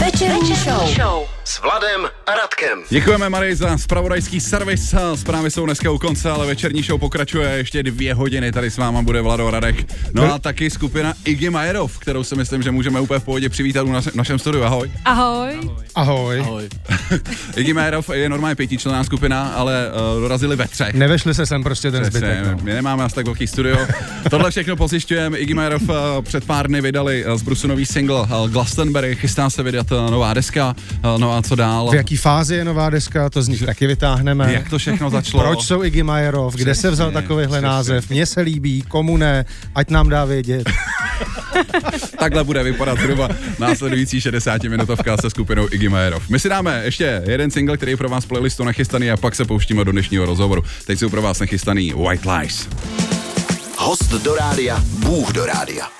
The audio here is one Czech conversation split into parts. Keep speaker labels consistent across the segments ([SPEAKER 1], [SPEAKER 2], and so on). [SPEAKER 1] Večerní show.
[SPEAKER 2] S Vladem a Radkem.
[SPEAKER 3] Děkujeme Marie za spravodajský servis. Zprávy jsou dneska u konce, ale večerní show pokračuje ještě dvě hodiny. Tady s váma bude Vlado Radek. No a taky skupina Iggy Majerov, kterou si myslím, že můžeme úplně v pohodě přivítat u naš- našem studiu. Ahoj.
[SPEAKER 4] Ahoj.
[SPEAKER 5] Ahoj.
[SPEAKER 3] Iggy Majerov je normálně pětičlenná skupina, ale uh, dorazili ve třech.
[SPEAKER 5] Nevešli se sem prostě ten
[SPEAKER 3] Přesně,
[SPEAKER 5] zbytek. No.
[SPEAKER 3] My nemáme asi tak velký studio. Tohle všechno pozjišťujeme. Iggy Majerov eh, před pár dny vydali eh, z Brusu nový single eh, Glastonbury. Chystá se vydat eh, nová deska. Eh, No a co dál?
[SPEAKER 5] V jaký fázi je nová deska, to z nich taky vytáhneme.
[SPEAKER 3] Jak to všechno začalo?
[SPEAKER 5] Proč jsou Iggy Majerov, kde se vzal
[SPEAKER 3] Přesně,
[SPEAKER 5] takovýhle
[SPEAKER 3] přesně.
[SPEAKER 5] název, mně se líbí, komu ne, ať nám dá vědět.
[SPEAKER 3] Takhle bude vypadat zhruba následující 60-minutovka se skupinou Iggy Majerov. My si dáme ještě jeden single, který je pro vás v playlistu nachystaný a pak se pouštíme do dnešního rozhovoru. Teď jsou pro vás nachystaný White Lies.
[SPEAKER 2] Host do rádia, Bůh do rádia.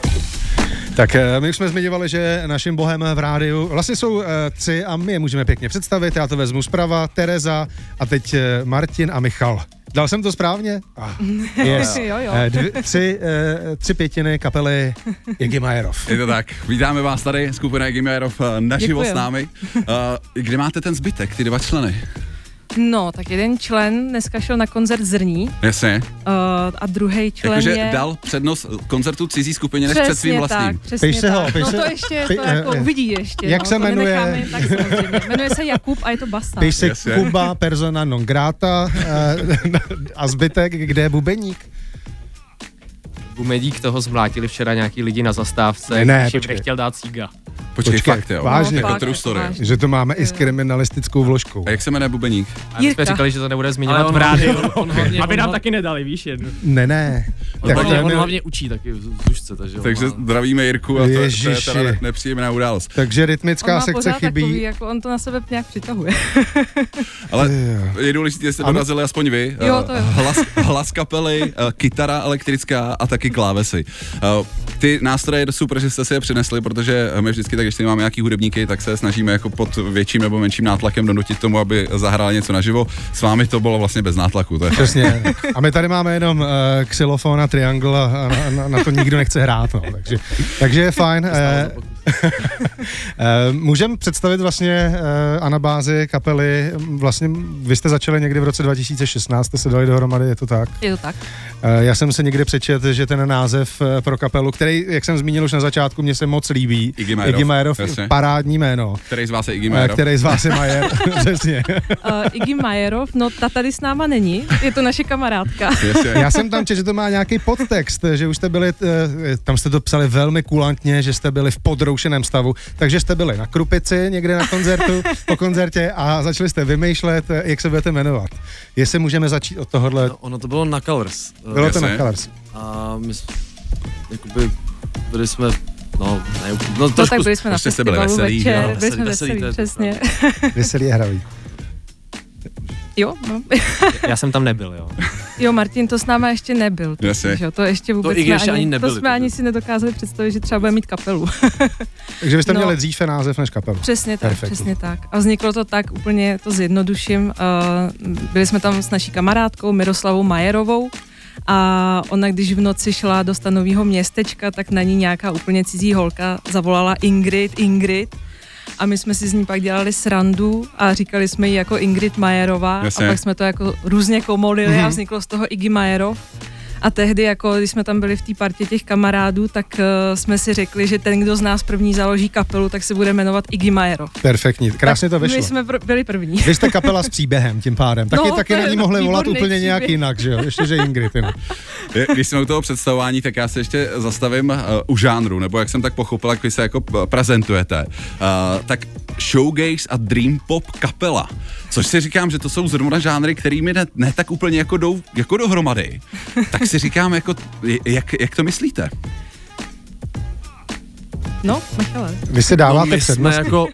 [SPEAKER 5] Tak eh, my už jsme zmiňovali, že naším bohem v rádiu vlastně jsou eh, tři a my je můžeme pěkně představit. Já to vezmu zprava, Tereza a teď eh, Martin a Michal. Dal jsem to správně? Ah, yes.
[SPEAKER 4] Jo, jo.
[SPEAKER 5] Eh, Dvě, tři, eh, tři pětiny kapely Iggy Majerov.
[SPEAKER 3] Je to tak. Vítáme vás tady, skupina Iggy Majerov eh, naživo s
[SPEAKER 4] Děkujem.
[SPEAKER 3] námi. Eh, Kde máte ten zbytek, ty dva členy?
[SPEAKER 4] No, tak jeden člen dneska šel na koncert Zrní uh,
[SPEAKER 3] Jasně.
[SPEAKER 4] a druhý člen
[SPEAKER 3] Jakože
[SPEAKER 4] je...
[SPEAKER 3] dal přednost koncertu cizí skupině než
[SPEAKER 4] přesně
[SPEAKER 3] před svým vlastním.
[SPEAKER 4] tak, přesně
[SPEAKER 5] Pej se
[SPEAKER 4] tak.
[SPEAKER 5] ho, pej
[SPEAKER 4] no
[SPEAKER 5] se-
[SPEAKER 4] to ještě,
[SPEAKER 5] pej-
[SPEAKER 4] to jako
[SPEAKER 5] eh, eh.
[SPEAKER 4] uvidí ještě.
[SPEAKER 5] Jak
[SPEAKER 4] no,
[SPEAKER 5] se
[SPEAKER 4] to
[SPEAKER 5] jmenuje?
[SPEAKER 4] nenecháme Tak, samozřejmě. jmenuje se Jakub a je to basa.
[SPEAKER 5] Píš se
[SPEAKER 3] Jasně.
[SPEAKER 5] Kuba persona non grata eh, a zbytek, kde je bubeník?
[SPEAKER 6] Gumedík toho zmlátili včera nějaký lidi na zastávce,
[SPEAKER 5] Ne, ne,
[SPEAKER 6] když jim
[SPEAKER 5] počkej.
[SPEAKER 6] nechtěl dát cíga.
[SPEAKER 3] Počkej,
[SPEAKER 5] Počkej,
[SPEAKER 3] fakt jo.
[SPEAKER 5] vážně.
[SPEAKER 3] Jako
[SPEAKER 4] Fakt,
[SPEAKER 3] true
[SPEAKER 4] jako
[SPEAKER 3] story.
[SPEAKER 4] vážně.
[SPEAKER 5] Že to máme
[SPEAKER 4] Eh.
[SPEAKER 5] i s kriminalistickou vložkou.
[SPEAKER 3] A jak se jmenuje Bubeník?
[SPEAKER 6] A my
[SPEAKER 4] Jirka.
[SPEAKER 6] jsme říkali, že to nebude zmiňovat
[SPEAKER 7] on
[SPEAKER 6] v rádiu.
[SPEAKER 7] on
[SPEAKER 6] Aby nám
[SPEAKER 7] ho-
[SPEAKER 6] taky nedali, víš, jednu.
[SPEAKER 5] Ne, ne.
[SPEAKER 7] On, hlavně,
[SPEAKER 5] to
[SPEAKER 7] on
[SPEAKER 5] je-
[SPEAKER 7] hlavně učí taky v v zušce, takže... on
[SPEAKER 3] Takže
[SPEAKER 7] má-
[SPEAKER 3] zdravíme Jirku a to, to je
[SPEAKER 5] Ježiši.
[SPEAKER 3] teda ne- nepříjemná událost.
[SPEAKER 5] takže
[SPEAKER 4] On má
[SPEAKER 5] rytmická sekce
[SPEAKER 4] pořád
[SPEAKER 5] chybí.
[SPEAKER 4] takový, jako on to na sebe nějak přitahuje.
[SPEAKER 3] Ale je důležité, že jste
[SPEAKER 5] Ano.
[SPEAKER 3] dorazili aspoň vy. eh,
[SPEAKER 4] Jo, to jo.
[SPEAKER 3] Hlas, hlas kapely, eh, kytara elektrická a taky klávesy. Eh, Ty nástroje je super, že jste si je přinesli, protože my vždycky, tak když tady máme nějaký hudebníky, tak se snažíme jako pod větším nebo menším nátlakem donutit tomu, aby zahráli něco naživo. S vámi to bylo vlastně bez nátlaku. To je
[SPEAKER 5] Přesně. A my tady máme jenom uh, xylofon a triangle a na, na, na to nikdo nechce hrát. No. Takže, takže je fajn. Uh, Můžeme představit vlastně uh, anabázi kapely. Vlastně vy jste začali někdy v roce 2016, jste se dali dohromady, je to tak?
[SPEAKER 4] Je to tak.
[SPEAKER 5] Eh, Já jsem se někde přečet, že ten název eh, pro kapelu, který, jak jsem zmínil už na začátku, mně se moc líbí.
[SPEAKER 3] Iggy Majerov.
[SPEAKER 5] Iggy Majerov
[SPEAKER 3] Jasně.
[SPEAKER 5] parádní jméno.
[SPEAKER 3] Který z vás je Iggy
[SPEAKER 5] eh,
[SPEAKER 3] Majerov?
[SPEAKER 5] Který z vás je Majer? Přesně.
[SPEAKER 4] Uh, Iggy Majerov, no ta tady s náma není, je to naše kamarádka.
[SPEAKER 3] Jasně.
[SPEAKER 5] Já jsem tam četl, že to má nějaký podtext, že už jste byli, eh, tam jste to psali velmi kulantně, že jste byli v podroušeném stavu, takže jste byli na Krupici někde na koncertu, po koncertě a začali jste vymýšlet, eh, jak se budete jmenovat. Jestli můžeme začít od tohohle,
[SPEAKER 7] No, ono to bylo na Colors.
[SPEAKER 5] bylo to
[SPEAKER 3] jasně.
[SPEAKER 5] na Colors.
[SPEAKER 7] A my jsme, jakoby, byli jsme, no, ne, no
[SPEAKER 4] No
[SPEAKER 7] trošku,
[SPEAKER 4] tak byli jsme na
[SPEAKER 3] prostě jste byli
[SPEAKER 4] festivalu
[SPEAKER 3] veselí,
[SPEAKER 4] večer,
[SPEAKER 7] jo.
[SPEAKER 4] byli jsme
[SPEAKER 7] Veselí,
[SPEAKER 4] veselí,
[SPEAKER 7] veselí, to je to
[SPEAKER 4] přesně.
[SPEAKER 5] Veselý je hravý.
[SPEAKER 4] Jo, no.
[SPEAKER 6] Já jsem tam nebyl, jo.
[SPEAKER 4] Jo, Martin, to s náma ještě nebyl. To,
[SPEAKER 3] Jasně.
[SPEAKER 4] víš, jo, to ještě vůbec
[SPEAKER 7] i
[SPEAKER 4] jsme
[SPEAKER 7] když ani nebyli,
[SPEAKER 4] To jsme
[SPEAKER 7] takže-
[SPEAKER 4] ani si nedokázali představit, že třeba bude mít kapelu.
[SPEAKER 5] Takže vy jste
[SPEAKER 4] No.
[SPEAKER 5] měli dříve název než kapelu.
[SPEAKER 4] přesně tak,
[SPEAKER 5] Perfektní.
[SPEAKER 4] přesně tak. A vzniklo to tak, úplně to zjednoduším. Uh, byli jsme tam s naší kamarádkou Miroslavou Majerovou a ona, když v noci šla do stanového městečka, tak na ní nějaká úplně cizí holka zavolala Ingrid, Ingrid. A my jsme si z ní pak dělali srandu a říkali jsme ji jako Ingrid Majerová
[SPEAKER 3] Jasně.
[SPEAKER 4] a pak jsme to jako různě komolili mm-hmm. a vzniklo z toho Iggy Majerov. A tehdy, jako když jsme tam byli v té partě těch kamarádů, tak uh, jsme si řekli, že ten, kdo z nás první založí kapelu, tak se bude jmenovat Iggy Majero.
[SPEAKER 5] Perfektní, krásně to
[SPEAKER 4] tak
[SPEAKER 5] vyšlo.
[SPEAKER 4] My jsme pr- byli první.
[SPEAKER 5] Vy jste kapela s příběhem tím pádem. Taky,
[SPEAKER 4] No,
[SPEAKER 5] taky
[SPEAKER 4] to
[SPEAKER 5] na
[SPEAKER 4] je
[SPEAKER 5] ní mohli volat
[SPEAKER 4] výborný
[SPEAKER 5] úplně nějak
[SPEAKER 4] příběh.
[SPEAKER 5] jinak, že jo? Ještě, že Ingrid. Jen.
[SPEAKER 3] Když jsme u toho představování, tak já se ještě zastavím uh, u žánru, nebo jak jsem tak pochopil, jak vy se jako p- prezentujete. Uh, tak showgaze a dream pop kapela, což si říkám, že to jsou zrovna žánry, kterými ne, ne tak úplně jako jdou jako dohromady. Tak si říkám, jako, j- jak, jak to myslíte?
[SPEAKER 4] No, Michale.
[SPEAKER 5] Vy si
[SPEAKER 7] no,
[SPEAKER 5] dáváte
[SPEAKER 7] my jsme
[SPEAKER 5] přednost.
[SPEAKER 7] jako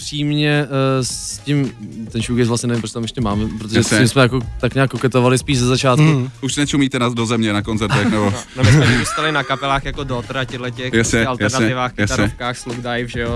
[SPEAKER 7] upřímně eh, s tím, ten shoegaze vlastně nevím, proč tam ještě máme, protože
[SPEAKER 3] Jasně.
[SPEAKER 7] s tím jsme jako, tak nějak koketovali spíš ze začátku.
[SPEAKER 5] Mhm.
[SPEAKER 7] Mm.
[SPEAKER 3] Už nečumíte nás do země na koncertech, nebo...
[SPEAKER 6] No my jsme vyrůstali na kapelách jako Dotra, těchto těch
[SPEAKER 3] Jasně,
[SPEAKER 6] prostě alternativách,
[SPEAKER 3] jasně, jasně.
[SPEAKER 6] kytarovkách, Slug Dive, že jo.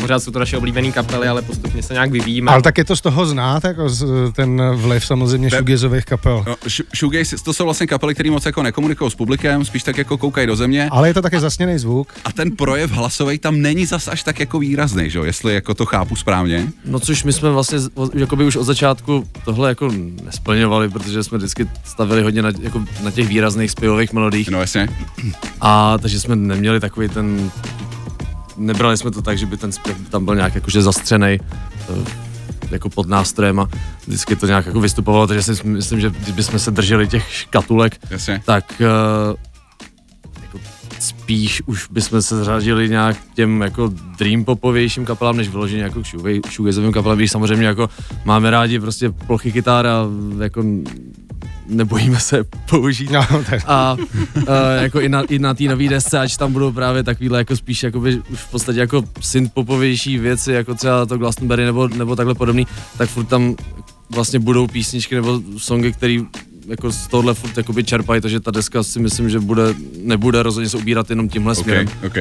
[SPEAKER 6] Pořád jsou to naše oblíbené kapely, ale postupně se nějak vyvíjíme.
[SPEAKER 5] Ale tak je to z toho znát, jako z, ten vliv samozřejmě
[SPEAKER 3] Be-
[SPEAKER 5] šugezových kapel.
[SPEAKER 3] No, sh- shoegaze, to jsou vlastně kapely, které moc jako nekomunikují s publikem, spíš tak jako koukají do země.
[SPEAKER 5] Ale je to taky zasněný zvuk.
[SPEAKER 3] A ten projev hlasový tam není zas až tak jako výrazný, že jo, jestli jako to chápu správně.
[SPEAKER 7] No což my jsme vlastně z- o- jakoby už od začátku tohle jako nesplňovali, protože jsme vždycky stavili hodně na, jako na těch výrazných zpěvových melodiích.
[SPEAKER 3] No jasně.
[SPEAKER 7] A takže jsme neměli takový ten... Nebrali jsme to tak, že by ten zpěv tam byl nějak jakože zastřený jako pod nástrojem a vždycky to nějak jako vystupovalo, takže si myslím, že kdybychom se drželi těch škatulek,
[SPEAKER 3] Jasně.
[SPEAKER 7] tak eh, jako spíš už bychom se zřadili nějak k těm jako dream popovějším kapelám, než vyloženě jako k shoewa- shoegazeovým kapelám, když samozřejmě jako máme rádi prostě plochy kytar a jako nebojíme se použít
[SPEAKER 5] No, tak.
[SPEAKER 7] a, a jako i na, i na té nové desce, ač tam budou právě takovýhle jako spíš jakoby už v podstatě jako synthpopovější věci, jako třeba to Glastonbury nebo, nebo takhle podobný, tak furt tam vlastně budou písničky nebo songy, které jako z tohohle furt jakoby čerpají, takže ta deska si myslím, že bude, nebude rozhodně se ubírat jenom tímhle
[SPEAKER 3] OK,
[SPEAKER 7] směrem.
[SPEAKER 3] OK.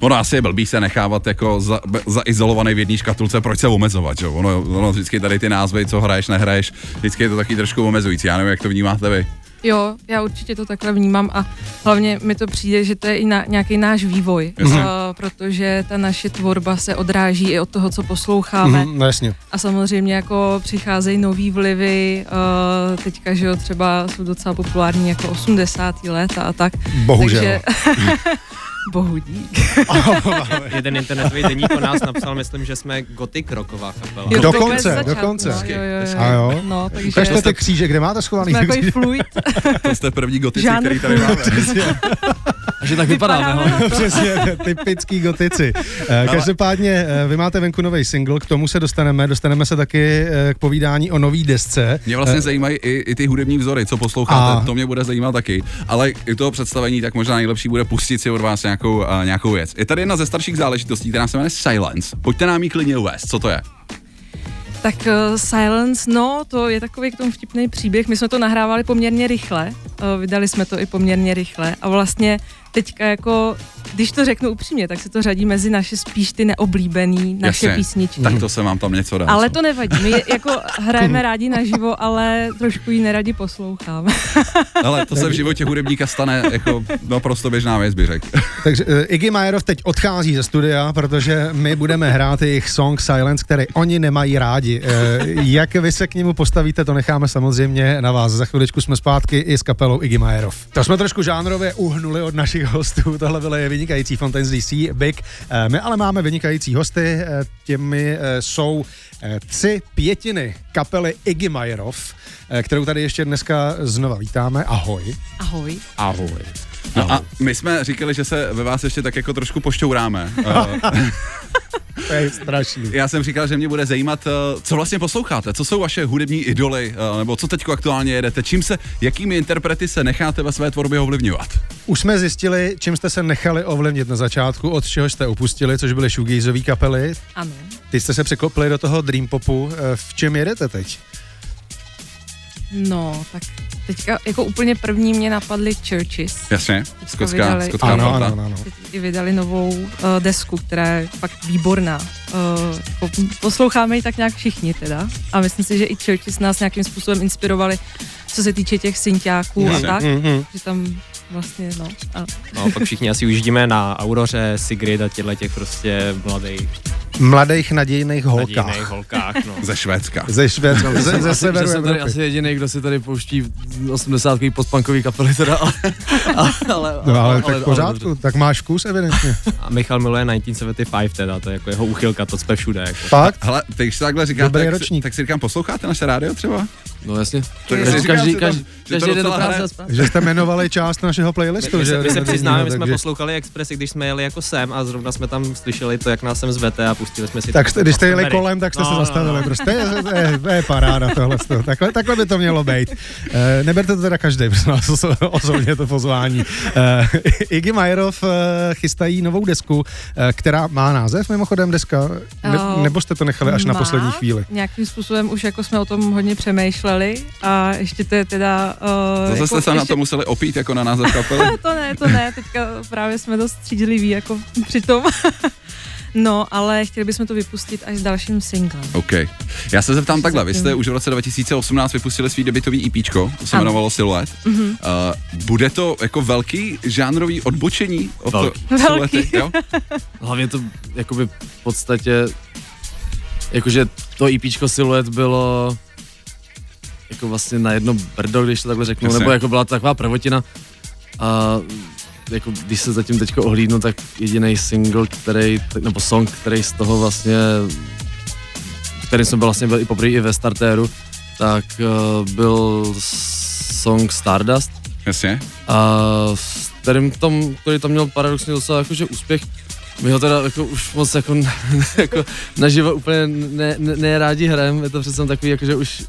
[SPEAKER 3] Ono asi je blbý se nechávat jako za, be- zaizolovaný v jedné škatulce, proč se omezovat, že? jo? Ono, ono vždycky tady ty názvy, co hraješ, nehraješ, vždycky je to taky trošku omezující. Já nevím, jak to vnímáte vy.
[SPEAKER 4] Jo, já určitě to takhle vnímám a hlavně mi to přijde, že to je i na, nějaký náš vývoj, uh, protože ta naše tvorba se odráží i od toho, co posloucháme.
[SPEAKER 5] Mhm, no jasně.
[SPEAKER 4] A samozřejmě jako přicházejí nový vlivy, eh, teďka, že jo, třeba jsou docela populární jako 80. léta a tak.
[SPEAKER 5] Bohužel.
[SPEAKER 4] Takže... Bohu dík.
[SPEAKER 6] Jeden internetový deník o nás napsal, myslím, že jsme gotik rocková kapela.
[SPEAKER 5] Jo.
[SPEAKER 4] to
[SPEAKER 5] Dokonce,
[SPEAKER 4] vůbec začátku,
[SPEAKER 5] dokonce.
[SPEAKER 4] No, jo, jo, jo.
[SPEAKER 5] A jo.
[SPEAKER 4] No, takže
[SPEAKER 5] Takže ty kříže, kde máte schovaný?
[SPEAKER 4] jsme jako takový fluid.
[SPEAKER 3] To jste první gotici,
[SPEAKER 4] Žánr
[SPEAKER 3] který tady máme.
[SPEAKER 7] A že tak no. vypadáme.
[SPEAKER 5] no.
[SPEAKER 7] hele.
[SPEAKER 5] Přesně, typický gotici. Eh, Každopádně eh, vy máte venku nový single, k tomu se dostaneme. Dostaneme se taky eh, k povídání o nový desce.
[SPEAKER 3] Mě vlastně zajímají i, i ty hudební vzory, co posloucháte,
[SPEAKER 5] A-
[SPEAKER 3] a... to mě bude zajímat taky. Ale i toho představení, tak možná nejlepší bude pustit si od vás nějakou, a, nějakou věc. Je tady jedna ze starších záležitostí, která se jmenuje Silence. Pojďte nám ji klidně uvést, co to je.
[SPEAKER 4] Tak uh, Silence, no, to je takový k tomu vtipný příběh. My jsme to nahrávali poměrně rychle, uh, vydali jsme to i poměrně rychle a vlastně teďka jako, když to řeknu upřímně, tak se to řadí mezi naše spíš ty neoblíbený naše
[SPEAKER 3] Jasně.
[SPEAKER 4] písničky.
[SPEAKER 3] Tak to se vám tam něco dá.
[SPEAKER 4] Ale
[SPEAKER 3] co?
[SPEAKER 4] to nevadí, my jako hrajeme rádi naživo, ale trošku ji neradi posloucháme.
[SPEAKER 3] Ale to se v životě hudebníka stane jako naprosto běžná věc, bych řekl.
[SPEAKER 5] Takže eh, Iggy Majerov teď odchází ze studia, protože my budeme hrát jejich song Silence, který oni nemají rádi. Eh, Jak vy se k němu postavíte, to necháme samozřejmě na vás. Za chviličku jsme zpátky i s kapelou Iggy Majerov. To jsme trošku žánrově uhnuli od našich hostů. Tohle byly vynikající Fontaines DC, Big. Eh, My ale máme vynikající hosty, eh, těmi eh, jsou eh, tři pětiny kapely Iggy Majerov, eh, kterou tady ještě dneska znova vítáme. Ahoj.
[SPEAKER 4] Ahoj.
[SPEAKER 6] Ahoj.
[SPEAKER 3] No a my jsme říkali, že se ve vás ještě tak jako trošku pošťouráme. Eh,
[SPEAKER 5] To je strašný.
[SPEAKER 3] Já jsem říkal, že mě bude zajímat, eh, co vlastně posloucháte, co jsou vaše hudební idoly, eh, nebo co teď aktuálně jedete, čím se, jakými interprety se necháte ve své tvorbě ovlivňovat.
[SPEAKER 5] Už jsme zjistili, čím jste se nechali ovlivnit na začátku, od čeho jste opustili, což byly shoegazeové kapely.
[SPEAKER 4] Ano.
[SPEAKER 5] Ty jste se překlopili do toho dream popu. Eh, V čem jedete teď?
[SPEAKER 4] No, tak teďka jako úplně první mě napadly Churches.
[SPEAKER 3] Jasně, skotská,
[SPEAKER 4] vydali-
[SPEAKER 3] skotská
[SPEAKER 5] ano,
[SPEAKER 3] fronta.
[SPEAKER 5] ano, ano, ano.
[SPEAKER 4] Teď i vydali novou uh, desku, která je fakt výborná. Uh, jako posloucháme ji tak nějak všichni teda. A myslím si, že i Churches nás nějakým způsobem inspirovali, co se týče těch synťáků a
[SPEAKER 3] Jasně.
[SPEAKER 4] tak.
[SPEAKER 5] Mhm.
[SPEAKER 4] Že tam vlastně, no. A
[SPEAKER 6] No, pak všichni asi ujíždíme na Auroře, Sigrid a těchto těch prostě mladých
[SPEAKER 5] Mladých nadějných
[SPEAKER 6] nadějných
[SPEAKER 5] holkách.
[SPEAKER 6] holkách. No.
[SPEAKER 3] Ze Švédska.
[SPEAKER 5] Ze Švédska, ze, ze
[SPEAKER 7] Asi- že
[SPEAKER 5] severu
[SPEAKER 7] jsem tady
[SPEAKER 5] Evropy.
[SPEAKER 7] asi jediný, kdo si tady pouští 80 postpunkový kapely teda, ale, ale, ale,
[SPEAKER 5] No ale tak v
[SPEAKER 7] dobře.
[SPEAKER 5] pořádku, tak máš vkus evidentně.
[SPEAKER 6] A Michal miluje 1975 teda, to je jako jeho uchylka, to jsme všude. Jako.
[SPEAKER 5] Fakt?
[SPEAKER 3] Hele, ty, když to takhle říkáte,
[SPEAKER 5] Dobrý
[SPEAKER 3] tak, si-
[SPEAKER 5] ročník.
[SPEAKER 3] tak si říkám, posloucháte naše rádio třeba?
[SPEAKER 7] No jasně.
[SPEAKER 3] Takže
[SPEAKER 7] Jako
[SPEAKER 3] říkáš,
[SPEAKER 7] každý,
[SPEAKER 3] že tam-
[SPEAKER 7] každý,
[SPEAKER 3] že to
[SPEAKER 7] každý den do
[SPEAKER 3] docela
[SPEAKER 7] práce
[SPEAKER 3] hraje.
[SPEAKER 7] a zpátky.
[SPEAKER 5] Že jste jmenovali část našeho playlistu.
[SPEAKER 6] My,
[SPEAKER 5] že
[SPEAKER 6] se, my se
[SPEAKER 5] Rodinného,
[SPEAKER 6] přiznáme, my jsme
[SPEAKER 5] takže-
[SPEAKER 6] poslouchali Expressy, když jsme jeli jako sem a zrovna jsme tam slyšeli to, jak nás sem zvete a pustili jsme si
[SPEAKER 5] Tak
[SPEAKER 6] to.
[SPEAKER 5] jste, když jste jeli
[SPEAKER 6] Mary.
[SPEAKER 5] kolem, tak jste
[SPEAKER 6] No,
[SPEAKER 5] se
[SPEAKER 6] no, no.
[SPEAKER 5] zastavili. Prostě to je, to je, to je paráda tohle. Takhle, takhle by to mělo být. E, neberte to teda každý, prosím vás, oso- osobně to pozvání. E, Iggy Majerov e, chystají novou desku, e, která má název mimochodem deska, ne,
[SPEAKER 4] Eh,
[SPEAKER 5] nebo jste to nechali až na
[SPEAKER 4] Má.
[SPEAKER 5] poslední chvíli?
[SPEAKER 4] Nějakým způsobem už jako jsme o tom hodně přemýšleli a ještě to je teda... Uh,
[SPEAKER 3] Zase
[SPEAKER 4] jako,
[SPEAKER 3] jste se na
[SPEAKER 4] ještě-
[SPEAKER 3] to museli opít jako na název kapely.
[SPEAKER 4] to ne, to ne, teďka právě jsme dost střídliví jako přitom. no, ale chtěli bychom to vypustit až s dalším singlem.
[SPEAKER 3] OK. Já se zeptám takhle, vy jste už v roce 2018 vypustili svý debitový E EP, to se
[SPEAKER 4] Ano. Mhm.
[SPEAKER 3] jmenovalo Silhouette. Uh, bude to jako velký žánrový odbočení od to-
[SPEAKER 7] Velký.
[SPEAKER 3] Silhouette,
[SPEAKER 4] Velký.
[SPEAKER 3] jo?
[SPEAKER 7] Hlavně to jakoby v podstatě, jakože to IPčko Silhouette bylo jako vlastně na jedno brdo, když to takhle řeknu,
[SPEAKER 3] Jasně.
[SPEAKER 7] nebo jako byla to taková prvotina. A jako když se zatím teďko ohlídnu, tak jediný single, který, nebo song, který z toho vlastně, který jsme byl vlastně byl i poprvé i ve startéru, tak eh, byl song Stardust,
[SPEAKER 3] Jasně.
[SPEAKER 7] a s kterým tom, který tam měl paradoxně docela jakože úspěch, my ho teda jako už moc jako, n- jako naživo úplně ne, ne, ne rádi hrajeme, je to přece takový jako, že už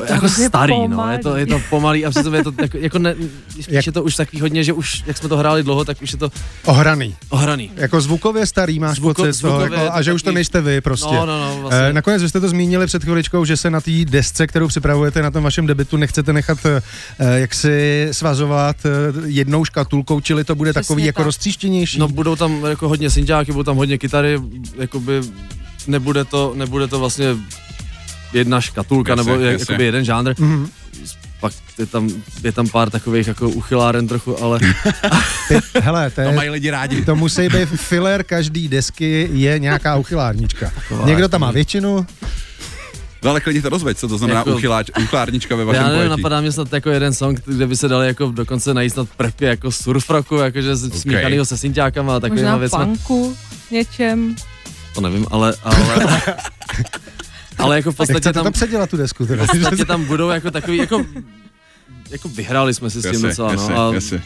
[SPEAKER 7] jako
[SPEAKER 4] hrozně
[SPEAKER 7] starý, no,
[SPEAKER 4] pomalý.
[SPEAKER 7] je to, je to pomalý a přitom je to tak, jako ne, spíš
[SPEAKER 5] Jak-
[SPEAKER 7] je to už takový hodně, že už, jak jsme to hráli dlouho, tak už je to
[SPEAKER 5] Ohraný.
[SPEAKER 7] ohraný. No,
[SPEAKER 5] Jako zvukově starý máš
[SPEAKER 7] Zvuko-
[SPEAKER 5] pocit z toho,
[SPEAKER 7] zvukově
[SPEAKER 5] jako, a že už to
[SPEAKER 7] takový-
[SPEAKER 5] nejste vy prostě.
[SPEAKER 7] No, no, no,
[SPEAKER 5] Eh,
[SPEAKER 7] vlastně.
[SPEAKER 5] Nakonec vy jste to zmínili před chviličkou, že se na té desce, kterou připravujete na tom vašem debitu, nechcete nechat eh, jaksi svazovat eh, jednou škatulkou, čili to bude
[SPEAKER 4] Přesně
[SPEAKER 5] takový jako
[SPEAKER 4] tak.
[SPEAKER 5] roztříštěnější.
[SPEAKER 7] No budou tam jako hodně synťáky, budou tam hodně kytary, jakoby nebude to, nebude to vlastně jedna škatulka
[SPEAKER 3] Jasně,
[SPEAKER 7] nebo je,
[SPEAKER 3] jasně. Mm-hmm.
[SPEAKER 7] jakoby jeden žánr.
[SPEAKER 5] Mhm.
[SPEAKER 7] Pak je tam, je tam pár takových jako uchyláren trochu, ale
[SPEAKER 5] Ty, hele, to,
[SPEAKER 3] To
[SPEAKER 5] je,
[SPEAKER 3] mají lidi rádi.
[SPEAKER 5] to musí být filler každý desky, je nějaká uchylárnička. Někdo tam má většinu,
[SPEAKER 3] No, ale klidně to rozveď, co to znamená
[SPEAKER 7] Jako-
[SPEAKER 3] uchyláč, uchylárnička ve vašem
[SPEAKER 7] já nevím,
[SPEAKER 3] pojetí.
[SPEAKER 7] napadá mě snad jako jeden song, kde by se dali jako dokonce najít snad prvky jako surfroku, jakože okay. smíchanýho se synťákama a
[SPEAKER 4] Možná
[SPEAKER 7] takovýma Jako věcma.
[SPEAKER 4] punku něčem.
[SPEAKER 7] To nevím, ale, ale, ale jako v podstatě
[SPEAKER 5] chcete tam...
[SPEAKER 7] tam,
[SPEAKER 5] to předělat tu desku. Teda.
[SPEAKER 7] v podstatě tam budou jako takový, jako, jako vyhráli jsme si s tím
[SPEAKER 3] Jasně,
[SPEAKER 7] docela,
[SPEAKER 3] jasně,
[SPEAKER 7] no. A
[SPEAKER 3] jasně.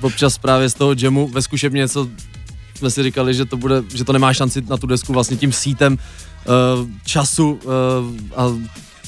[SPEAKER 7] občas právě z toho jamu ve zkušebně něco jsme si říkali, že to, bude, že to nemá šanci na tu desku vlastně tím sítem uh, času uh, a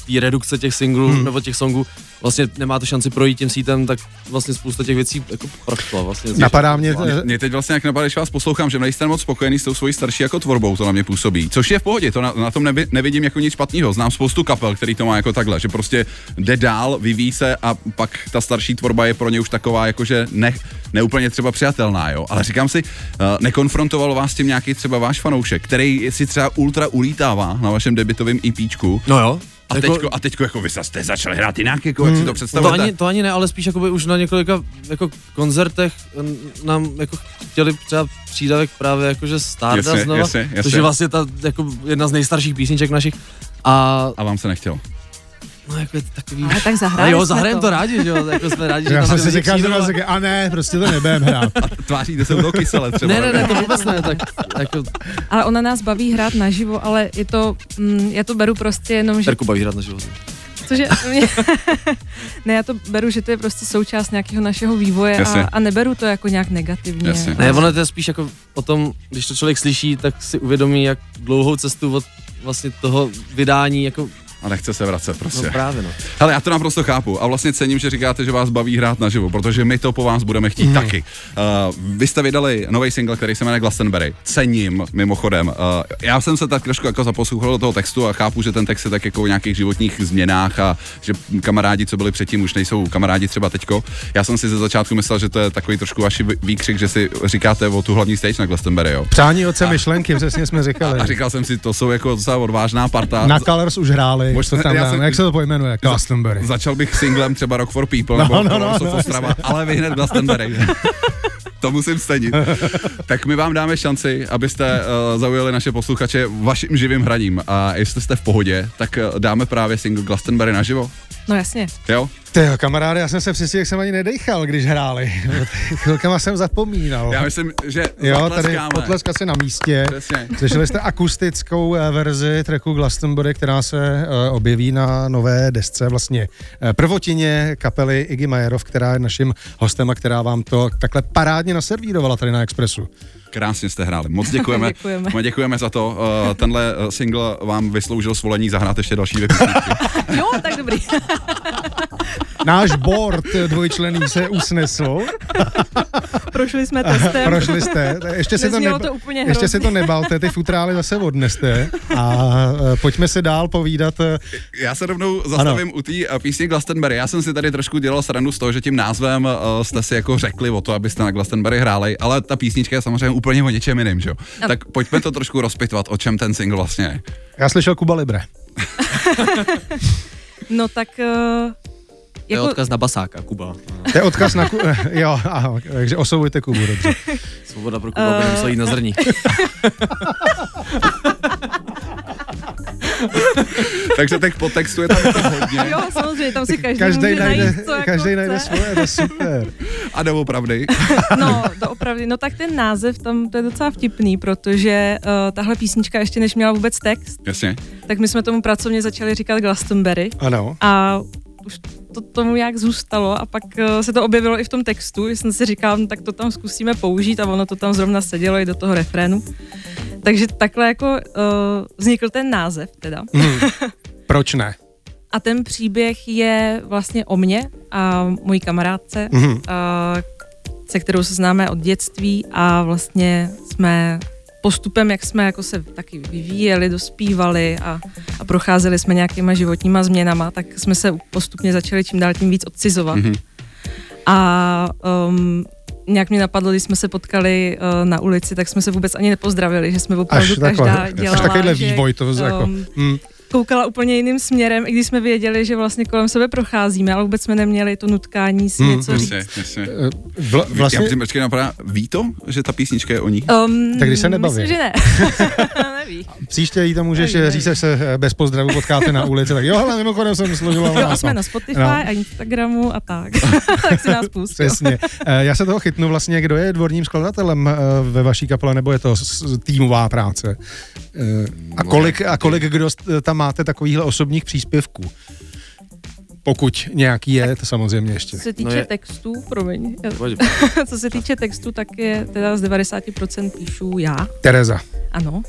[SPEAKER 7] té redukce těch singlů hmm. nebo těch songů, vlastně nemá to šanci projít tím sítem, tak vlastně spousta těch věcí jako prošla vlastně.
[SPEAKER 5] Napadá mě, eh,
[SPEAKER 3] Mě teď vlastně jak napadá, když vás poslouchám, že nejste moc spokojený s tou svojí starší jako tvorbou, to na mě působí. Což je v pohodě, to na, na tom nevi, nevidím jako nic špatného. Znám spoustu kapel, který to má jako takhle, že prostě jde dál, vyvíjí se a pak ta starší tvorba je pro ně už taková, jakože ne, neúplně třeba přijatelná, jo. Ale říkám si, eh, nekonfrontoval vás s tím nějaký třeba váš fanoušek, který si třeba ultra ulítává na vašem debitovém EPčku.
[SPEAKER 7] No jo.
[SPEAKER 3] A
[SPEAKER 7] jako- Hmm.
[SPEAKER 3] teďko, a teďko jako vy jste začali hrát jinak, jako jak si to
[SPEAKER 7] To
[SPEAKER 3] představujete?
[SPEAKER 7] ani, to ani ne, ale spíš jakoby už na několika jako koncertech n- nám jako chtěli třeba přídavek právě jakože Stardust
[SPEAKER 3] Jasně,
[SPEAKER 7] znova,
[SPEAKER 3] jasně, jasně.
[SPEAKER 7] což je vlastně ta jako jedna z nejstarších písniček našich. A
[SPEAKER 3] A vám se nechtělo.
[SPEAKER 7] no jako je to takový...
[SPEAKER 4] Ale tak
[SPEAKER 7] Ale
[SPEAKER 4] zahráli
[SPEAKER 7] jo,
[SPEAKER 4] jsme
[SPEAKER 7] zahrajeme
[SPEAKER 4] to.
[SPEAKER 7] to rádi, že jo, jako jsme rádi, že
[SPEAKER 5] já
[SPEAKER 7] tam
[SPEAKER 5] jsem
[SPEAKER 7] ty
[SPEAKER 5] si
[SPEAKER 7] lidi
[SPEAKER 5] říkal, že
[SPEAKER 7] přijdou a-
[SPEAKER 5] nás řekl, a ne, prostě to nebudeme hrát.
[SPEAKER 3] Tváříte se u toho kysele třeba.
[SPEAKER 7] Ne, ne, ne, to vůbec ne, tak jako
[SPEAKER 4] Ale ona nás baví hrát naživo, ale je to, mm, já to beru prostě jenom, že
[SPEAKER 7] Terku baví hrát na život.
[SPEAKER 4] Cože, mě, ne, já to beru, že to je prostě součást nějakého našeho vývoje
[SPEAKER 3] Jasně.
[SPEAKER 4] a, a neberu to jako nějak negativně.
[SPEAKER 3] Jasně.
[SPEAKER 7] Ne, ono to je spíš jako o tom, když to člověk slyší, tak si uvědomí, jak dlouhou cestu od vlastně toho vydání, jako
[SPEAKER 3] A nechce se vracet prostě.
[SPEAKER 7] no právě no.
[SPEAKER 3] Hele, já to naprosto chápu a vlastně cením, že říkáte, že vás baví hrát naživo, protože my to po vás budeme chtít taky. Uh, vy jste vydali nový single, který se jmenuje Glastonbury. Cením, mimochodem. Uh, já jsem se tak trošku jako zaposlouchal do toho textu a chápu, že ten text je tak jako o nějakých životních změnách a že kamarádi, co byli předtím, už nejsou kamarádi třeba teďko. Já jsem si ze začátku myslel, že to je takový trošku vaši vý- výkřik, že si říkáte o tu hlavní stage na Glastonbury, jo.
[SPEAKER 5] Přání oce myšlenky, přesně jsme říkali.
[SPEAKER 3] A říkal jsem si, to jsou jako docela odvážná parta.
[SPEAKER 5] Na Colors už hráli,
[SPEAKER 3] Možná-
[SPEAKER 5] co tam
[SPEAKER 3] já
[SPEAKER 5] dáme,
[SPEAKER 3] jsem-
[SPEAKER 5] jak se to pojmenuje? Glastonbury.
[SPEAKER 3] No, Začal bych singlem třeba Rock for People nebo
[SPEAKER 5] no, no,
[SPEAKER 3] Colors
[SPEAKER 5] no,
[SPEAKER 3] of Ostrava, ale vy hned Glastonbury. to musím stenit. tak my vám dáme šanci, abyste uh, zaujali naše eh, posluchače vaším živým hraním. A jestli jste v pohodě, tak uh, dáme právě single Glastonbury naživo.
[SPEAKER 4] No jasně.
[SPEAKER 3] Jo?
[SPEAKER 5] Ty jo, kamaráde, já jsem se přesně, jak jsem ani nedejchal, když hráli. Chvilkama jsem zapomínal.
[SPEAKER 3] Já myslím, že
[SPEAKER 5] Jo, tady
[SPEAKER 3] zatleskáme.
[SPEAKER 5] potleska se na místě.
[SPEAKER 3] Přesně.
[SPEAKER 5] Slyšeli jste akustickou eh, verzi tracku Glastonbury, která se eh, objeví na nové desce, vlastně eh, prvotině kapely Iggy Majerov, která je naším hostem a která vám to takhle parádně naservírovala tady na Expressu.
[SPEAKER 3] Krásně jste hráli, moc děkujeme.
[SPEAKER 4] Děkujeme.
[SPEAKER 3] Moc děkujeme za to. Eh, Tenhle eh, single vám vysloužil svolení zahrát ještě další dvě písničky.
[SPEAKER 4] Jo, tak dobrý.
[SPEAKER 5] Náš board eh, dvojčlený se usnesl,
[SPEAKER 4] Prošli jsme testem.
[SPEAKER 5] prošli jste, ještě si to,
[SPEAKER 4] Neznělo
[SPEAKER 5] neba-
[SPEAKER 4] to úplně
[SPEAKER 5] ještě si
[SPEAKER 4] hrozně.
[SPEAKER 5] to nebalte, ty futrály zase odneste a eh, pojďme se dál povídat eh,
[SPEAKER 3] Já se rovnou zastavím ano. u té eh, písně Glastonbury. Já jsem si tady trošku dělal srandu z toho, že tím názvem eh, jste si jako řekli o to, abyste na Glastonbury hráli, ale ta písnička je samozřejmě úplně o něčem jiném, že jo?
[SPEAKER 4] Ano.
[SPEAKER 3] Tak pojďme to trošku rozpitvat, o čem ten single vlastně je.
[SPEAKER 5] Já slyšel Kuba Libre.
[SPEAKER 4] No tak... eh,
[SPEAKER 6] To je
[SPEAKER 4] Jako,
[SPEAKER 6] odkaz na basáka, Kuba.
[SPEAKER 5] To je odkaz na... Ku- jo, aha, takže oslovujte Kubu, dobře.
[SPEAKER 7] Svoboda pro
[SPEAKER 6] Eh.
[SPEAKER 7] Kuba, uh... musel jít na zrní.
[SPEAKER 3] Takže těch podtextu je tam to hodně
[SPEAKER 4] jo, samozřejmě, tam si každý,
[SPEAKER 5] Každý
[SPEAKER 4] může
[SPEAKER 5] najde,
[SPEAKER 4] najít, co jako
[SPEAKER 5] každý najde
[SPEAKER 4] chce.
[SPEAKER 5] svoje, to je super.
[SPEAKER 3] a nebo pravdy.
[SPEAKER 4] No, doopravdy. No tak ten název, tam to je docela vtipný, protože uh, tahle písnička ještě než měla vůbec text,
[SPEAKER 3] Jasně.
[SPEAKER 4] tak my jsme tomu pracovně začali říkat Glastonbury
[SPEAKER 5] Ano.
[SPEAKER 4] a už to tomu nějak zůstalo a pak uh, se to objevilo i v tom textu, že jsem si říkal, no, tak to tam zkusíme použít a ono to tam zrovna sedělo i do toho refrénu. Takže takhle jako uh, vznikl ten název teda.
[SPEAKER 5] Proč ne?
[SPEAKER 4] A ten příběh je vlastně o mně a mojí kamarádce,
[SPEAKER 5] Mhm.
[SPEAKER 4] a se kterou se známe od dětství a vlastně jsme postupem, jak jsme jako se taky vyvíjeli, dospívali a, a procházeli jsme nějakýma životníma změnama, tak jsme se postupně začali čím dál tím víc odcizovat.
[SPEAKER 3] Mhm.
[SPEAKER 4] Mm-hmm. A um, nějak mě napadlo, když jsme se potkali uh, na ulici, tak jsme se vůbec ani nepozdravili, že jsme opravdu
[SPEAKER 5] Až
[SPEAKER 4] každá
[SPEAKER 5] takhle,
[SPEAKER 4] dělala.
[SPEAKER 5] až takovýhle
[SPEAKER 4] že,
[SPEAKER 5] vývoj to um, jako...
[SPEAKER 4] ehm,
[SPEAKER 5] Mm,
[SPEAKER 4] koukala úplně jiným směrem, i když jsme věděli, že vlastně kolem sebe procházíme, ale vůbec jsme neměli to nutkání si
[SPEAKER 5] Hmm,
[SPEAKER 4] hmm, něco říct.
[SPEAKER 3] Jasně, jasně.
[SPEAKER 5] eh, vla-
[SPEAKER 3] Vlastně... Já
[SPEAKER 5] vlastně,
[SPEAKER 3] myslím, počkej, napadá, ví to, že ta písnička je o ní?
[SPEAKER 4] Um,
[SPEAKER 5] Tak když se nebaví. No,
[SPEAKER 4] Myslím, že ne. Neví.
[SPEAKER 5] příště jí to můžeš
[SPEAKER 4] Nevím,
[SPEAKER 5] říct, až se eh, bez pozdravu potkáte na ulici, tak jo, ale mimochodem jsem složila
[SPEAKER 4] Jo, a
[SPEAKER 5] vás,
[SPEAKER 4] jsme
[SPEAKER 5] no.
[SPEAKER 4] na Spotify
[SPEAKER 5] No.
[SPEAKER 4] no. a Instagramu a tak. tak si nás pustí.
[SPEAKER 5] Přesně. Eh, Já se toho chytnu vlastně, kdo je dvorním skladatelem eh, ve vaší kapele, nebo je to s- týmová práce? Eh, A kolik, a kolik kdo s- eh, tam máte takovýchhle osobních příspěvků? Pokud nějaký je, to samozřejmě ještě.
[SPEAKER 4] Co se
[SPEAKER 7] No
[SPEAKER 4] týče
[SPEAKER 7] je-
[SPEAKER 4] no textů, promiň,
[SPEAKER 7] Pojď.
[SPEAKER 4] co se týče textů, tak je teda z 90% píšu já,
[SPEAKER 5] Tereza.
[SPEAKER 4] ano.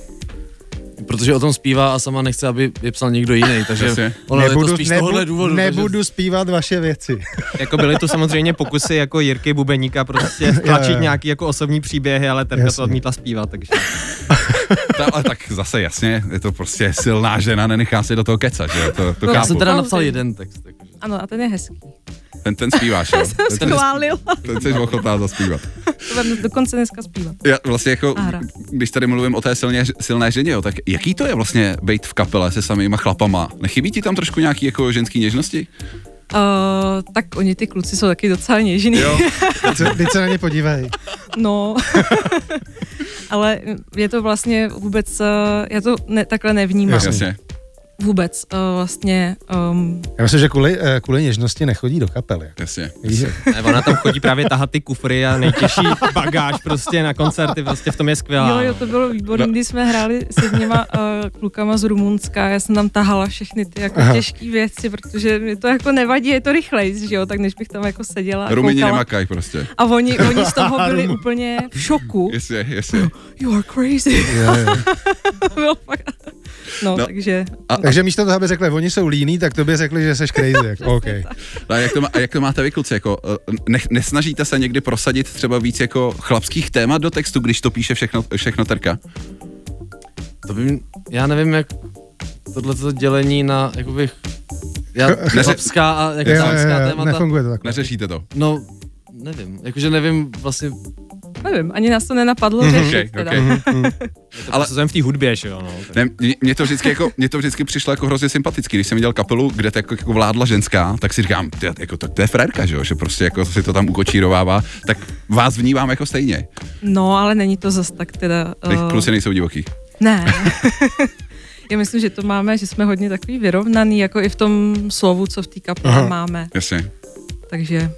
[SPEAKER 7] Protože o tom zpívá a sama nechce, aby je psal někdo jiný,
[SPEAKER 3] Jasně.
[SPEAKER 7] takže ono je to spíš z tohohle důvodu.
[SPEAKER 5] nebudu zpívat vaše věci.
[SPEAKER 6] Jako byly tu samozřejmě pokusy jako Jirky Bubeníka prostě tlačit
[SPEAKER 5] jo.
[SPEAKER 6] nějaký jako osobní příběhy, ale Terka
[SPEAKER 5] Jasně.
[SPEAKER 6] to odmítla zpívat, takže
[SPEAKER 3] Ta, ale tak zase jasně, je to prostě silná žena, nenechá si do toho kecat, že jo? To, to
[SPEAKER 4] No,
[SPEAKER 7] Takže... Já
[SPEAKER 3] chápu.
[SPEAKER 7] jsem teda napsal
[SPEAKER 4] Samozřejmě.
[SPEAKER 7] jeden text. Takže.
[SPEAKER 4] Ano, a ten je hezký.
[SPEAKER 3] Ten, ten zpíváš, jo? Ten- ten,
[SPEAKER 4] Schválil.
[SPEAKER 3] ten jsi ochotná zaspívat.
[SPEAKER 4] To budeme dokonce dneska zpívat.
[SPEAKER 3] Já vlastně jako,
[SPEAKER 4] Ahra.
[SPEAKER 3] když tady mluvím o té silně, silné ženě, jo, tak jaký to je vlastně být v kapele se samýma chlapama? Nechybí ti tam trošku nějaký jako ženský něžnosti?
[SPEAKER 4] Uh, tak oni ty kluci jsou taky docela něžný.
[SPEAKER 3] Jo,
[SPEAKER 5] Co- Teď se na ně podívej.
[SPEAKER 4] No, ale je to vlastně vůbec, eh, já to ne, takhle nevnímám.
[SPEAKER 5] Jasně.
[SPEAKER 3] jasně.
[SPEAKER 4] Vůbec eh, vlastně, um,
[SPEAKER 5] Já myslím, že kvůli, eh, kvůli něžnosti nechodí do kapely.
[SPEAKER 3] Jasně.
[SPEAKER 5] Víš, že-
[SPEAKER 6] ne, ona tam chodí právě tahat ty kufry a nejtěžší bagáž prostě na koncerty, prostě v tom je skvělá.
[SPEAKER 4] jo, jo, to bylo výborné,
[SPEAKER 3] No.
[SPEAKER 4] když jsme hráli s jedněma uh, klukama z Rumunska, já jsem tam tahala všechny ty jako
[SPEAKER 5] Aha.
[SPEAKER 4] těžké věci, protože mi to jako nevadí, je to rychlejší, že jo, tak než bych tam jako seděla a
[SPEAKER 3] Rumini
[SPEAKER 4] koukala.
[SPEAKER 3] nemakaj prostě.
[SPEAKER 4] A oni, oni z toho byli úplně v šoku.
[SPEAKER 3] Jasně, jasně.
[SPEAKER 4] You are crazy.
[SPEAKER 5] jo, jo.
[SPEAKER 4] Bylo fakt- no,
[SPEAKER 3] No.
[SPEAKER 4] no, takže
[SPEAKER 5] Takže místo toho, aby řekli, oni jsou líní, tak tobě řekli, že jsi crazy. Jako, OK.
[SPEAKER 3] A jak to, má, a jak to máte vy, kluci? Jako, eh, ne, nesnažíte se někdy prosadit třeba víc jako chlapských témat do textu, když to píše všechno, všechno terka?
[SPEAKER 7] To by, mě- já nevím, jak tohleto dělení na, jakoby, já,
[SPEAKER 3] Ne-
[SPEAKER 7] chlapská a jako
[SPEAKER 5] Jo, jo,
[SPEAKER 7] ženská
[SPEAKER 5] jo,
[SPEAKER 7] témata.
[SPEAKER 5] nefunguje to takhle.
[SPEAKER 3] Neřešíte to?
[SPEAKER 7] No, nevím, jakože nevím vlastně,
[SPEAKER 4] nevím, ani nás to nenapadlo
[SPEAKER 3] Okay,
[SPEAKER 4] řešit. teda.
[SPEAKER 3] okay.
[SPEAKER 6] to
[SPEAKER 3] ale-
[SPEAKER 6] ale... v té hudbě, že jo. No, tak.
[SPEAKER 3] Ne, mě- mě, to vždycky jako, mě to vždycky přišlo jako hrozně sympatický. Když jsem viděl kapelu, kde tak jako vládla ženská, tak si říkám, ty, jako, tak to je frérka, že, jo? že prostě jako si to tam ukočírovává, tak vás vnímám jako stejně.
[SPEAKER 4] No, ale není to zas tak teda...
[SPEAKER 3] Ty
[SPEAKER 4] eh,
[SPEAKER 3] Kluci nejsou divoký.
[SPEAKER 4] Ne. Já myslím, že to máme, že jsme hodně takový vyrovnaný, jako i v tom slovu, co v té kapele
[SPEAKER 5] Aha.
[SPEAKER 4] máme.
[SPEAKER 3] Jasně.
[SPEAKER 4] Takže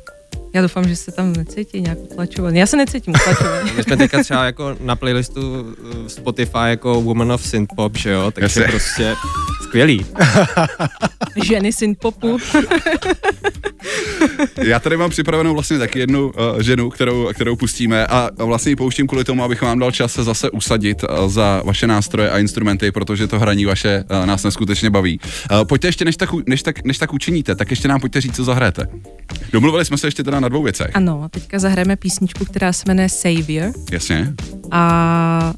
[SPEAKER 4] já doufám, že se tam necítí nějak utlačovaný. Já se necítím utlačovaný.
[SPEAKER 6] My jsme teďka třeba jako na playlistu eh, Spotify jako Woman of Synthpop, že jo, takže
[SPEAKER 3] Jasně.
[SPEAKER 6] prostě skvělý.
[SPEAKER 4] Ženy synpopu.
[SPEAKER 3] Já tady mám připravenou vlastně taky jednu uh, ženu, kterou, kterou pustíme a vlastně ji pouštím kvůli tomu, abych vám dal čas se zase usadit uh, za vaše nástroje a instrumenty, protože to hraní vaše uh, nás neskutečně baví. Uh, pojďte ještě, než tak, u- než, tak, než tak učiníte, tak ještě nám pojďte říct, co zahrajete. Domluvili jsme se ještě teda na dvou věcech.
[SPEAKER 4] Ano, a teďka zahrajeme písničku, která se jmenuje Savior
[SPEAKER 3] Jasně.
[SPEAKER 4] a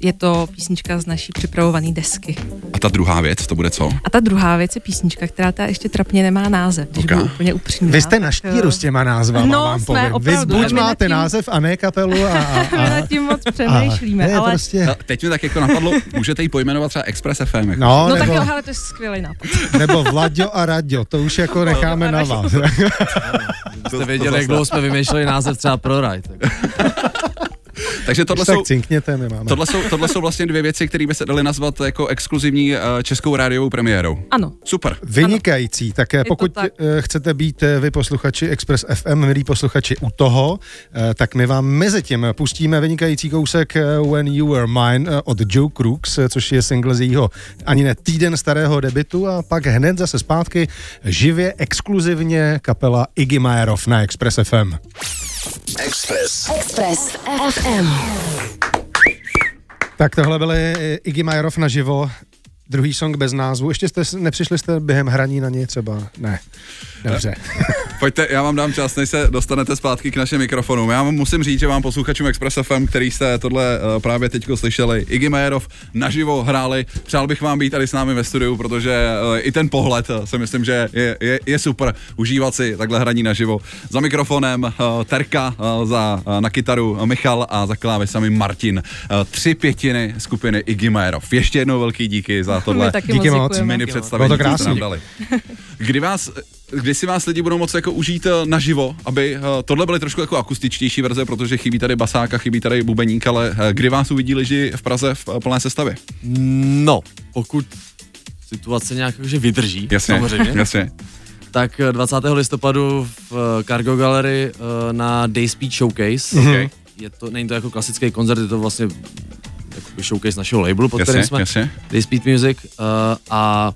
[SPEAKER 4] je to písnička z naší připravované desky.
[SPEAKER 3] A ta druhá věc, to bude co?
[SPEAKER 4] A ta druhá věc je písnička, která ta ještě trapně nemá název, když
[SPEAKER 3] Ok.
[SPEAKER 4] okay. budu úplně upřímná.
[SPEAKER 5] Vy jste na
[SPEAKER 4] tak,
[SPEAKER 5] štíru
[SPEAKER 4] eh,
[SPEAKER 5] s těma názvama,
[SPEAKER 4] No,
[SPEAKER 5] vám
[SPEAKER 4] jsme,
[SPEAKER 5] povím. Vy
[SPEAKER 4] opravdu,
[SPEAKER 5] buď
[SPEAKER 4] ale my nad
[SPEAKER 5] máte
[SPEAKER 4] tím-
[SPEAKER 5] název a ne kapelu a... a,
[SPEAKER 4] eh, My
[SPEAKER 5] a,
[SPEAKER 4] nad tím moc
[SPEAKER 5] a,
[SPEAKER 4] přemýšlíme,
[SPEAKER 5] ne,
[SPEAKER 4] ale...
[SPEAKER 5] prostě...
[SPEAKER 3] A teď mi tak jako napadlo, můžete ji pojmenovat třeba Express FM. Jako.
[SPEAKER 5] No,
[SPEAKER 4] No tak
[SPEAKER 5] nebo,
[SPEAKER 4] jo, hele, to je skvělý nápad.
[SPEAKER 5] nebo Vlaďo a Raďo, to už jako necháme na vás.
[SPEAKER 7] Jste věděli, jak dlouho jsme vymýšleli název třeba pro Ride. Tak.
[SPEAKER 3] Takže tohle
[SPEAKER 5] Už tak
[SPEAKER 3] jsou,
[SPEAKER 5] cinkněte, my máme.
[SPEAKER 3] tohle, jsou, tohle jsou vlastně dvě věci, které by se daly nazvat jako exkluzivní eh, českou rádiovou premiérou.
[SPEAKER 4] Ano,
[SPEAKER 3] Super.
[SPEAKER 5] Vynikající. Tak eh,
[SPEAKER 4] to
[SPEAKER 5] pokud
[SPEAKER 4] tak.
[SPEAKER 5] eh, chcete být eh, vy posluchači Express FM, milí posluchači u toho, eh, tak my vám mezi tím pustíme vynikající kousek eh, When You Were Mine eh, od Joe Crooks, eh, což je single z jejího ani ne týden starého debitu a pak hned zase zpátky živě, exkluzivně kapela Iggy Majerov na Express FM.
[SPEAKER 2] Express.
[SPEAKER 1] Express FM.
[SPEAKER 5] Tak tohle byly eh, Iggy Majerov naživo, druhý song bez názvu. Ještě jste s- nepřišli jste během hraní na něj třeba? Ne. Dobře.
[SPEAKER 3] Pojďte, já vám dám čas, než se dostanete zpátky k našim mikrofonům. Já vám musím říct, že vám posluchačům Express FM, který jste tohle eh, právě teď slyšeli, Iggy Majerov naživo hráli. Přál bych vám být tady s námi ve studiu, protože eh, i ten pohled eh, si myslím, že je, je, je super užívat si takhle hraní naživo. Za mikrofonem eh, Terka, eh, za, eh, na kytaru Michal a za klávesami Martin. Eh, Tři pětiny skupiny Iggy Majerov. Ještě jednou velký díky za tohle.
[SPEAKER 4] my taky
[SPEAKER 5] díky
[SPEAKER 4] moc
[SPEAKER 5] moc.
[SPEAKER 4] děkujeme. No
[SPEAKER 3] mini
[SPEAKER 5] Bylo
[SPEAKER 3] představení,
[SPEAKER 5] to
[SPEAKER 3] co jste
[SPEAKER 5] krásný.
[SPEAKER 3] nám dali. Kdy, vás, kdy si vás lidi budou moct jako užít eh, naživo, aby eh, tohle byly trošku jako akustičtější verze, protože chybí tady basáka, chybí tady bubeník, ale eh, kdy vás uvidí lidi v Praze v eh, plné sestavě?
[SPEAKER 7] No, pokud situace nějak jakože vydrží,
[SPEAKER 3] Jasně,
[SPEAKER 7] samozřejmě,
[SPEAKER 3] jasně.
[SPEAKER 7] tak eh, 20. listopadu v eh, Cargo Gallery eh, na Day Speed Showcase.
[SPEAKER 3] Mhm.
[SPEAKER 7] Je to, není to jako klasický koncert, je to vlastně jakoby showcase našeho labelu, pod
[SPEAKER 3] Jasně,
[SPEAKER 7] kterým jsme,
[SPEAKER 3] jasně.
[SPEAKER 7] Day Speed Music uh, a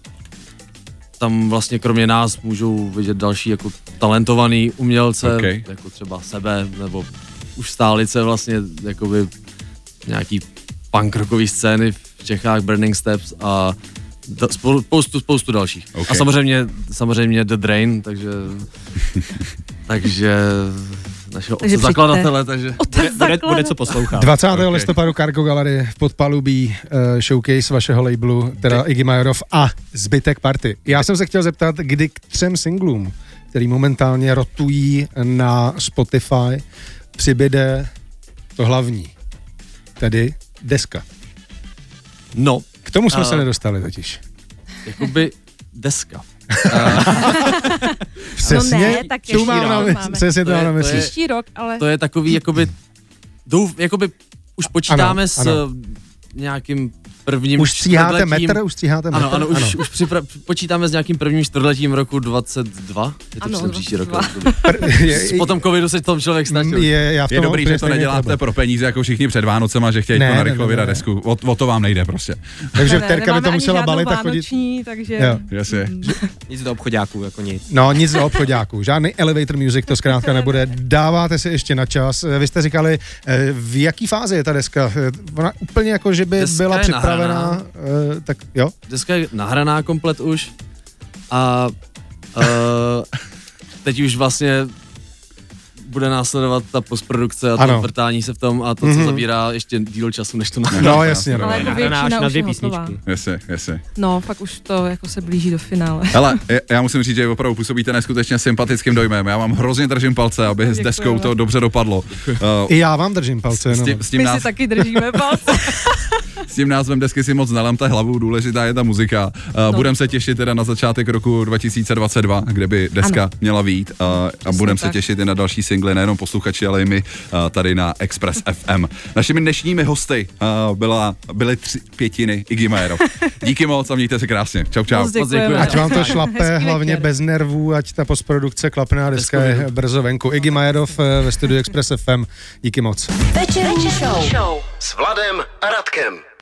[SPEAKER 7] tam vlastně kromě nás můžou vidět další jako talentovaný umělce,
[SPEAKER 3] Okej.
[SPEAKER 7] jako třeba sebe, nebo už stálice vlastně jakoby nějaký punk rockový scény v Čechách, Burning Steps a da, spou- spoustu, spoustu dalších.
[SPEAKER 3] Okej.
[SPEAKER 7] A samozřejmě, samozřejmě The Drain, takže takže našeho
[SPEAKER 4] Takže přijďte.
[SPEAKER 7] zakladatele, takže
[SPEAKER 6] Bude, bude, bude co poslouchat.
[SPEAKER 5] 20.
[SPEAKER 3] Okay.
[SPEAKER 5] Okay. listopadu Cargo Gallery v podpalubí uh, showcase vašeho labelu, teda Iggy Majorov a zbytek party. Já jsem se chtěl zeptat, kdy k třem singlům, který momentálně rotují na Spotify, přibyde to hlavní, tedy deska.
[SPEAKER 7] no,
[SPEAKER 5] K tomu jsme
[SPEAKER 7] A-
[SPEAKER 5] se nedostali totiž.
[SPEAKER 7] jakoby deska. Eh, no
[SPEAKER 5] Přesně,
[SPEAKER 4] tak
[SPEAKER 5] tu
[SPEAKER 4] ještě
[SPEAKER 5] mám
[SPEAKER 4] rok
[SPEAKER 5] na mysli.
[SPEAKER 4] máme.
[SPEAKER 5] Přesně to
[SPEAKER 7] To je-
[SPEAKER 5] mám na
[SPEAKER 7] to
[SPEAKER 5] mysli.
[SPEAKER 7] je-
[SPEAKER 4] Příští rok, ale...
[SPEAKER 7] to je takový, jakoby, douf, jakoby už počítáme ano, s
[SPEAKER 5] ano.
[SPEAKER 7] ano. nějakým prvním
[SPEAKER 5] Už stříháte
[SPEAKER 7] čtvrtletím-
[SPEAKER 5] metr, už stříháte metr.
[SPEAKER 7] Ano, ano, už, už připra- počítáme s nějakým prvním čtvrtletím roku 22. Je to
[SPEAKER 4] Ano, no.
[SPEAKER 7] ano, příští rok.
[SPEAKER 4] 22.
[SPEAKER 5] Pr- je,
[SPEAKER 7] Po tom covidu se v tom člověk snažil.
[SPEAKER 5] je, já v
[SPEAKER 3] Je
[SPEAKER 5] tom
[SPEAKER 3] dobrý,
[SPEAKER 5] úplně
[SPEAKER 3] že to
[SPEAKER 5] stejně
[SPEAKER 3] neděláte
[SPEAKER 5] problém.
[SPEAKER 3] pro peníze jako všichni před Vánocema, že chtějí
[SPEAKER 5] Ne,
[SPEAKER 3] to na
[SPEAKER 5] ne,
[SPEAKER 3] rychlo
[SPEAKER 5] ne,
[SPEAKER 3] vydat
[SPEAKER 5] ne.
[SPEAKER 3] desku. O, o to vám nejde prostě.
[SPEAKER 5] Takže
[SPEAKER 4] Ne,
[SPEAKER 5] Terka by
[SPEAKER 4] nemáme
[SPEAKER 5] to
[SPEAKER 4] ani
[SPEAKER 5] musela
[SPEAKER 4] žádnou
[SPEAKER 5] balit a chodit.
[SPEAKER 4] vánoční, takže...
[SPEAKER 5] Jo.
[SPEAKER 3] Jasně.
[SPEAKER 6] Nic do obchodáků, jako nic.
[SPEAKER 5] No nic do obchodáků, žádný elevator music to zkrátka nebude, dáváte si ještě na čas. Eh, Vy jste říkali, eh, v jaký fázi je ta deska? Eh, Ona úplně jako, že by
[SPEAKER 7] Deska
[SPEAKER 5] byla
[SPEAKER 7] je
[SPEAKER 5] připravená,
[SPEAKER 7] nahraná.
[SPEAKER 5] eh, tak jo?
[SPEAKER 7] Deska je nahraná komplet už a uh, teď už vlastně bude následovat ta postprodukce a to
[SPEAKER 5] Ano.
[SPEAKER 7] ano. vrtání se v tom a to, co
[SPEAKER 5] Mhm.
[SPEAKER 7] zabírá ještě díl času, než to nahrá.
[SPEAKER 5] No jasně, no.
[SPEAKER 4] Ale jako
[SPEAKER 6] Nahraná
[SPEAKER 4] většina
[SPEAKER 6] až
[SPEAKER 4] už
[SPEAKER 6] na dvě
[SPEAKER 4] je hotová.
[SPEAKER 6] písničky.
[SPEAKER 3] Jasně, jasně.
[SPEAKER 4] No, fakt už to jako se blíží do finále.
[SPEAKER 3] Hele, je- já musím říct, že opravdu působíte neskutečně sympatickým dojmem. Já vám hrozně držím palce, aby s
[SPEAKER 4] Děkujeme.
[SPEAKER 3] deskou to dobře dopadlo. Uh,
[SPEAKER 5] I já vám držím palce,
[SPEAKER 3] s
[SPEAKER 5] no.
[SPEAKER 3] tím, s tím
[SPEAKER 4] My
[SPEAKER 3] nás,
[SPEAKER 4] si taky držíme palce.
[SPEAKER 3] s tím názvem desky si moc nelamte hlavu, důležitá je ta muzika.
[SPEAKER 4] No.
[SPEAKER 3] Uh, Budeme se těšit teda na začátek roku 2022, kde by deska
[SPEAKER 4] Ano.
[SPEAKER 3] měla vít uh, a
[SPEAKER 4] Přesně
[SPEAKER 3] budeme se
[SPEAKER 4] tak.
[SPEAKER 3] těšit i na další singly, nejenom posluchači, ale i my uh, tady na Express FM. Našimi dnešními hosty uh, byla, byly tři pětiny Iggy Majerov. Díky moc a mějte se krásně. Čau, čau.
[SPEAKER 4] Moc děkujeme.
[SPEAKER 5] Ať vám to šlape,
[SPEAKER 4] Hezký
[SPEAKER 5] hlavně
[SPEAKER 4] večer.
[SPEAKER 5] bez nervů, ať ta postprodukce klapne a deska
[SPEAKER 7] Hezkou
[SPEAKER 5] je brzo venku. Iggy Majerov eh, ve studiu Express FM. Díky moc.
[SPEAKER 1] Večerní show.
[SPEAKER 2] S Vladem a Radkem.